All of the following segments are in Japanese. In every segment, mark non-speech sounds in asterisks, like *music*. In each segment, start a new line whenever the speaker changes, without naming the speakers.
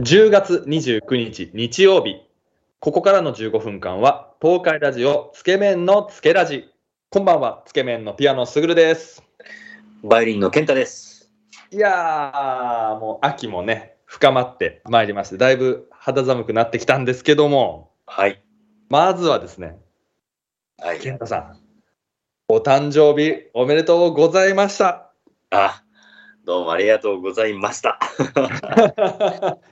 10月29日日曜日。ここからの15分間は、東海ラジオつけ麺のつけラジ。こんばんは、つけ麺のピアノすぐるです。
バイオリンの健太です。
いやー、もう秋もね、深まってまいりまして、だいぶ肌寒くなってきたんですけども、
はい。
まずはですね、
はい。
健太さん、お誕生日おめでとうございました。 *laughs*
あ、どうもありがとうございました。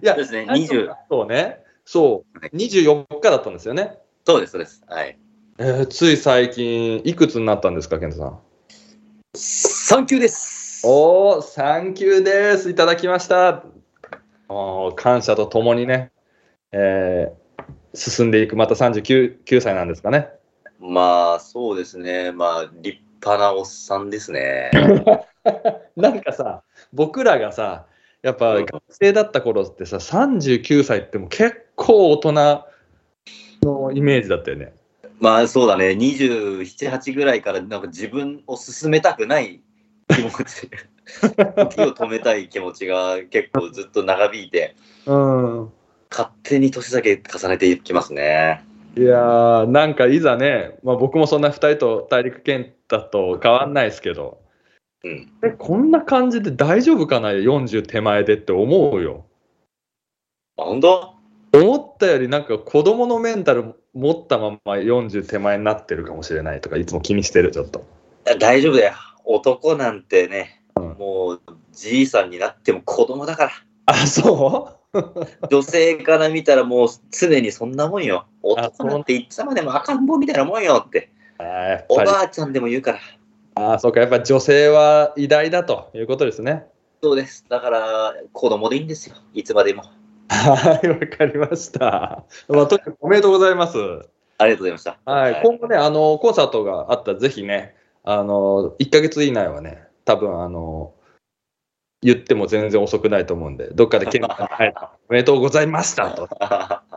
いや、
ですね
最初がそうね、そう、24日だったんですよね。
そうです、そうです。はい。
えーつい最近、いくつになったんですか、健太さん。
サンキューです。
おー、サンキューです。いただきました。おー感謝とともにね、えー進んでいく、また39 9歳なんですかね。
まあ、そうですね。まあ、立派なおっさんです *laughs* ね。
なんかさ、僕らがさ、やっぱ
うん
学生だった頃ってさ、39歳ってもう結構大人のイメージだったよね。
まあ、そうだね。27、8ぐらいから、なんか自分を進めたくない気持ち。時を止めたい気持ちが結構ずっと長引いて、
うん。
勝手に年だけ重ねていきますね。
いやー、なんかいざね、まあ、僕もそんな2人と大陸健太と変わんないですけど、
うん
えこんな感じで大丈夫かな、40手前でって思うよ。
あ、本当
思ったよりなんか子供のメンタル持ったまま40手前になってるかもしれないとか、いつも気にしてる、ちょっと。
大丈夫だよ。男なんてね、
うん
もうじいさんになっても子供だか
あ、そう
ら。女性から見たらもう常にそんなもんよ。男なんていつまでも赤ん坊みたいなもんよって。
あーやっ
お
ぱり。
ばあちゃんでも言うから。
あーそうか、やっぱ女性は偉大だということですね。
そうです。だから子供でいいんですよ。いつまでも。
はい、わかりました。 *laughs* まあ、とにかくおめでとうございます。
ありがとうございました。
はい、今後
*laughs*
ね、あのコンサートがあったら、ぜひね、あの1ヶ月以内はね、多分あの言っても全然遅くないと思うんで、どっかで健太に、はい、おめでとうございましたと、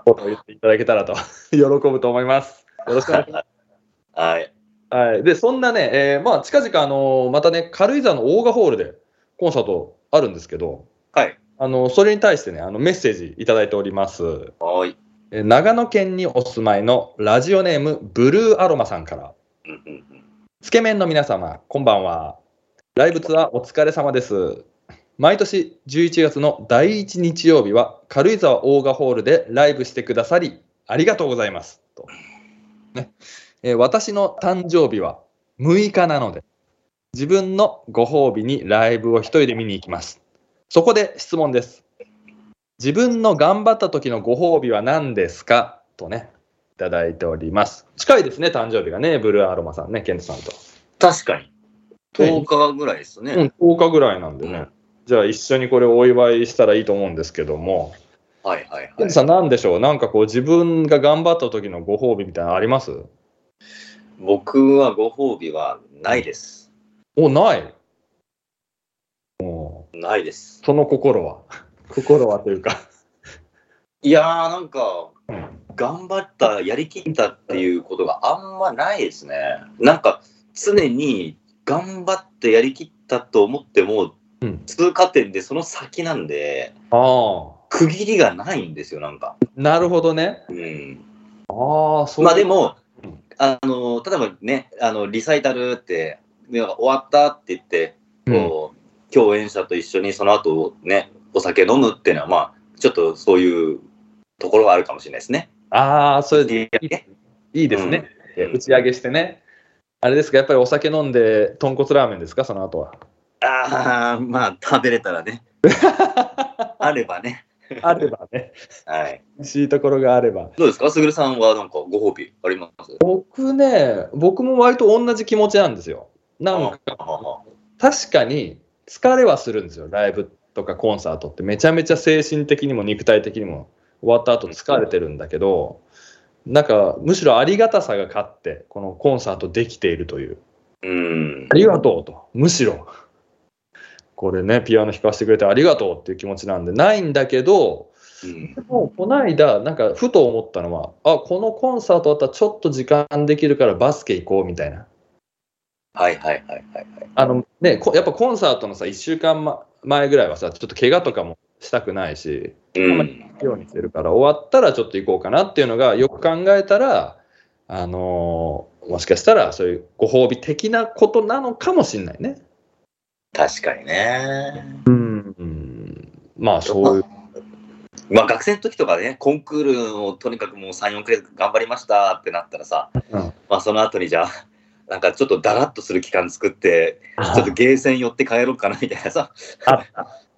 ことを言っていただけたらと、喜ぶと思います。よろしくお願いしま
はい。
す。はい、で、そんなね、えーまあ、近々、あのまたね、軽井沢の大賀ホールでコンサートあるんですけど、
はい。
あのそれに対してね、あのメッセージいただいております。
はーい。
えー長野県にお住まいのラジオネーム、ブルーアロマさんから。
うんうんうん
つけ麺の皆様、こんばんは。ライブツアーお疲れ様です。毎年11月の第1日曜日は軽井沢大賀ホールでライブしてくださり、ありがとうございます。とねえー私の誕生日は6日なので、自分のご褒美にライブを一人で見に行きます。そこで質問です。自分の頑張った時のご褒美は何ですかとね、いただいております。近いですね、誕生日がね、ブルーアロマさんね、ケントさんと。
確かに。10日ぐらいですね。
うん、10日ぐらいなんでね。
うん
じゃあ一緒にこれお祝いしたらいいと思うんですけども、
はいはい
ケン
はい
ト。さん何でしょうなんかこう自分が頑張った時のご褒美みたいなのあります
僕はご褒美はないです。
お、ない。も
ないです
う、。その心は。心はというか。
いやーなんか
うん、
頑張った、やりきったっていうことがあんまないですね。なんか、常に頑張ってやりきったと思っても、
うん
通過点でその先なんで、
*laughs* ああ。
区切りがないんですよ、なんか。
なるほどね。
うん、
ああ、そう。
まあでも
うん、
あの例えばね、あのリサイタルって、ね終わったって言って、
うん、
こう共演者と一緒にその後ね、お酒飲むっていうのは、まあ、ちょっとそういうところはあるかもしれないですね。
ああ、それ
いや
いいですね。
うん
打ち上げしてね。あれですか、やっぱりお酒飲んで、豚骨ラーメンですか、その後は。
ああ、まあ、食べれた
*laughs*
らね。あればね。
あればね、
はい。
*laughs* 美味しいところがあれば。
どうですかすぐるさんはなんかご褒美あります
僕ね、僕も割と同じ気持ちなんですよ。なんか、
ああ
確かに疲れはするんですよ、ライブとかコンサートって、めちゃめちゃ精神的にも肉体的にも終わった後疲れてるんだけど、なんかむしろありがたさが勝って、このコンサートできているという、
うん
あ。りがとうと、むしろ、これね、ピアノ弾かせてくれてありがとうっていう気持ちなんで、ないんだけど、
うん
でもこの間、なんかふと思ったのは、あこのコンサートだったらちょっと時間できるからバスケ行こうみたいな。
はいはいはいはい。
あのね、こやっぱコンサートのさ、1週間ま前ぐらいはさ、ちょっと怪我とかもしたくないし、あ
う
んま
ん。
ようにしてるから、終わったらちょっと行こうかなっていうのが、よく考えたら、あのーもしかしたらそういうご褒美的なことなのかもしれないね。
確かにね。
うん。まあ、そういう。
まあ学生の時とかね、コンクールをとにかくもう3、4回頑張りましたってなったらさ、
うん
まあその後にじゃあ、なんかちょっとだらっとする期間作って、ちょっとゲーセン寄って帰ろうかなみたいなさ、
あっ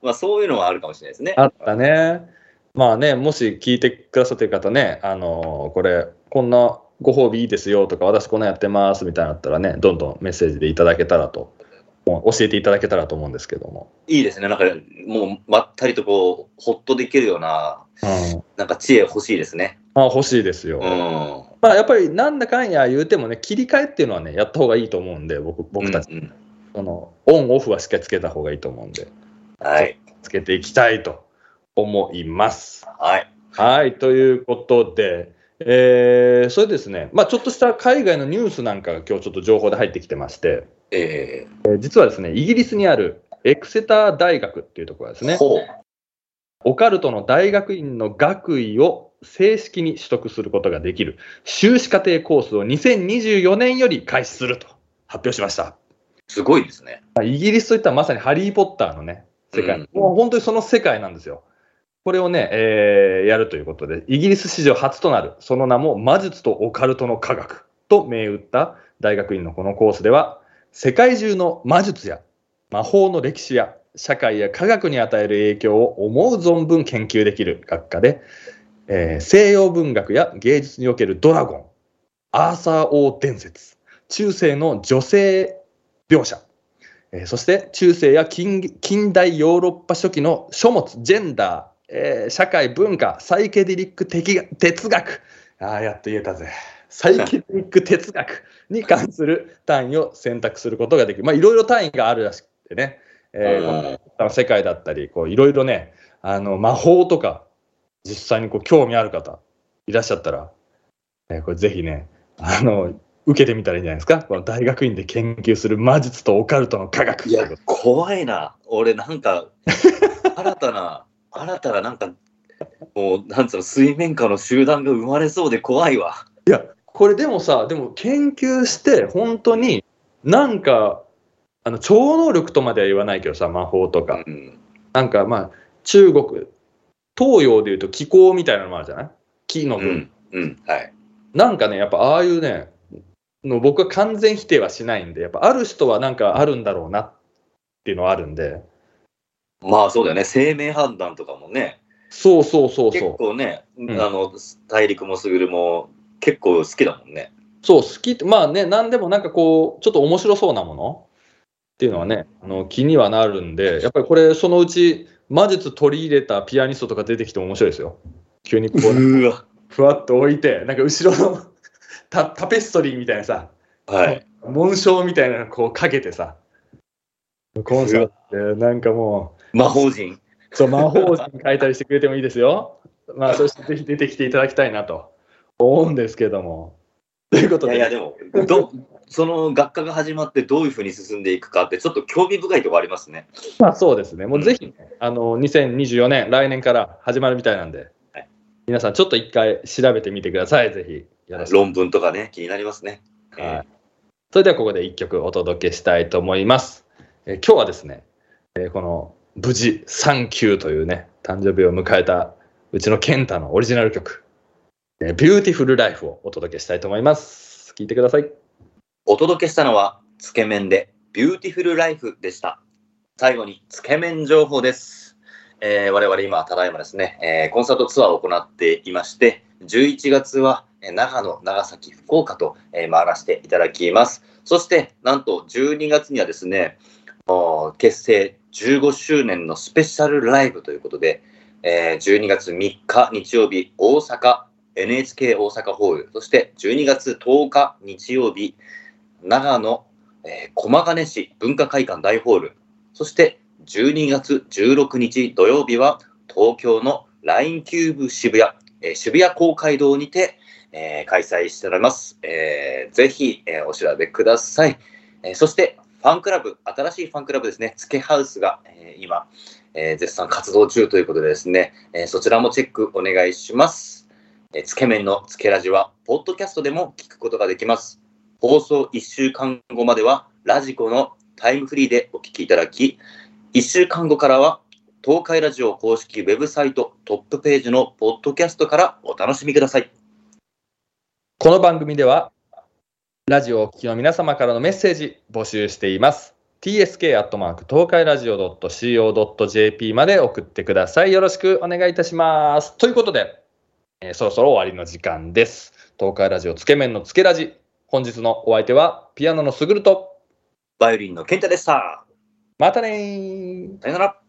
まあそういうのはあるかもしれないですね。
あったね。まあね、もし聞いてくださってる方ね、あのーこれ、こんなご褒美いいですよとか、私こんなんやってますみたいなのあったらね、どんどんメッセージでいただけたらと、もう教えていただけたらと思うんですけども。
いいですね。なんかもうまったりとこう、ほっとできるような、
うん、
なんか知恵欲しいですね。
まあ、欲しいですよ。
うん。
まあ、やっぱりなんだかんや言うてもね、切り替えっていうのはね、やった方がいいと思うんで、僕僕たち、
うんうん
そのオン、オフはしっかりつけた方がいいと思うんで、
はい。
つけていきたいと思います。
はい。
はい、ということで、えー、それですね、まあ、ちょっとした海外のニュースなんかが今日ちょっと情報で入ってきてまして、
え
えー実はですね、イギリスにあるエクセター大学っていうところです
ー、
ね、
ほう。
オカルトの大学院の学位を正式に取得することができる修士課程コースを2024年より開始すると発表しました。
すごいですね。
まあイギリスといったらまさにハリー・ポッターのね、世界、
うん
もう本当にその世界なんですよ。これをね、えーやるということで、イギリス史上初となる、その名も魔術とオカルトの科学と銘打った大学院のこのコースでは、世界中の魔術や魔法の歴史や社会や科学に与える影響を思う存分研究できる学科で、えー西洋文学や芸術におけるドラゴン、アーサー王伝説、中世の女性描写、えーそして中世や近近代ヨーロッパ初期の書物、ジェンダー、えー社会、文化、サイケデリック的哲学、ああ、やっと言えたぜ。サイケデリック哲学に関する単位を選択することができる。まあ、いろいろ単位があるらしくてね。えーこの
うん
世界だったり、こういろいろね、あの魔法とか、実際にこう興味ある方、いらっしゃったら、えーこれぜひね、あの、受けてみたらいいんじゃないですか。この大学院で研究する魔術とオカルトの科学
いや、怖いな。俺、なんか、 *laughs* 新たな、新たな、なんか、もう、なんつうの、水面下の集団が生まれそうで怖いわ。
これでもさ、でも研究して、本当になんか、あの超能力とまでは言わないけどさ、魔法とか、
うん。
なんかまあ、中国、東洋でいうと気候みたいなのもあるじゃない木の
う
文化
ん。うん。はい。
なんかね、やっぱああいうね、の僕は完全否定はしないんで、やっぱある人はなんかあるんだろうなっていうのはあるんで、
まあ、そうだよね。生命判断とかもね、
そうそうそう
結
そう、
構ね、
ん
あの、大陸もすぐるも、結構好きだもんね。
そう、好きって、まあね、なんでもなんかこう、ちょっと面白そうなものっていうのはね、あの気にはなるんで、やっぱりこれ、そのうち魔術取り入れたピアニストとか出てきても面白いですよ。急にこう、
うわ。
ふわっと置いて、なんか後ろのタタペストリーみたいなさ、
はい。
紋章みたいなのこうかけてさ、コンサートでなんかもう、
魔法人。
そう、魔法陣書いたりしてくれてもいいですよ。まあ、そしてぜひ出てきていただきたいなと思うんですけども。ということ
いや
で、
いや、でも、ど、その学科が始まってどういうふうに進んでいくかって、ちょっと興味深いところありますね。
まあそうですね。もうぜひ、
うん
あの、2024年、来年から始まるみたいなんで、
はい
皆さんちょっと一回調べてみてください。ぜひ、よろしく。
論文とかね、気になりますね。
はいそれではここで一曲お届けしたいと思います。えー今日はですね、えーこの無事3級というね、誕生日を迎えたうちの健太のオリジナル曲、えー、ビューティフルライフをお届けしたいと思います。聴いてください。
お届けしたのは、つけ麺で、ビューティフルライフでした。最後に、つけ麺情報です。えー我々今、ただいまですね、えーコンサートツアーを行っていまして、11月は、えー長野、長崎、福岡と、えー回らせていただきます。そして、なんと12月にはですね、お結成15周年のスペシャルライブということで、えー12月3日日曜日、大阪、NHK 大阪ホール、そして12月10日日曜日、長野、えー駒ヶ根市文化会館大ホール、そして12月16日土曜日は東京の LINE キューブ渋谷、えー渋谷公会堂にて、えー開催しております。えーぜひ、えーお調べください。えーそしてファンクラブ、新しいファンクラブですね、つけハウスが、えー今、えー絶賛活動中ということでですね、えーそちらもチェックお願いします。えーつけ麺のつけラジは、ポッドキャストでも聞くことができます。放送1週間後までは、ラジコのタイムフリーでお聞きいただき、1週間後からは、東海ラジオ公式ウェブサイトトップページのポッドキャストからお楽しみください。
この番組では、ラジオをお聞きの皆様からのメッセージ募集しています。tsk 東海ラジオ .co.jp まで送ってください。よろしくお願いいたします。ということで、えーそろそろ終わりの時間です。東海ラジオつけ麺のつけラジ。本日のお相手は、ピアノのすぐると。
バイオリンの健太でした。
またねー。
さよなら。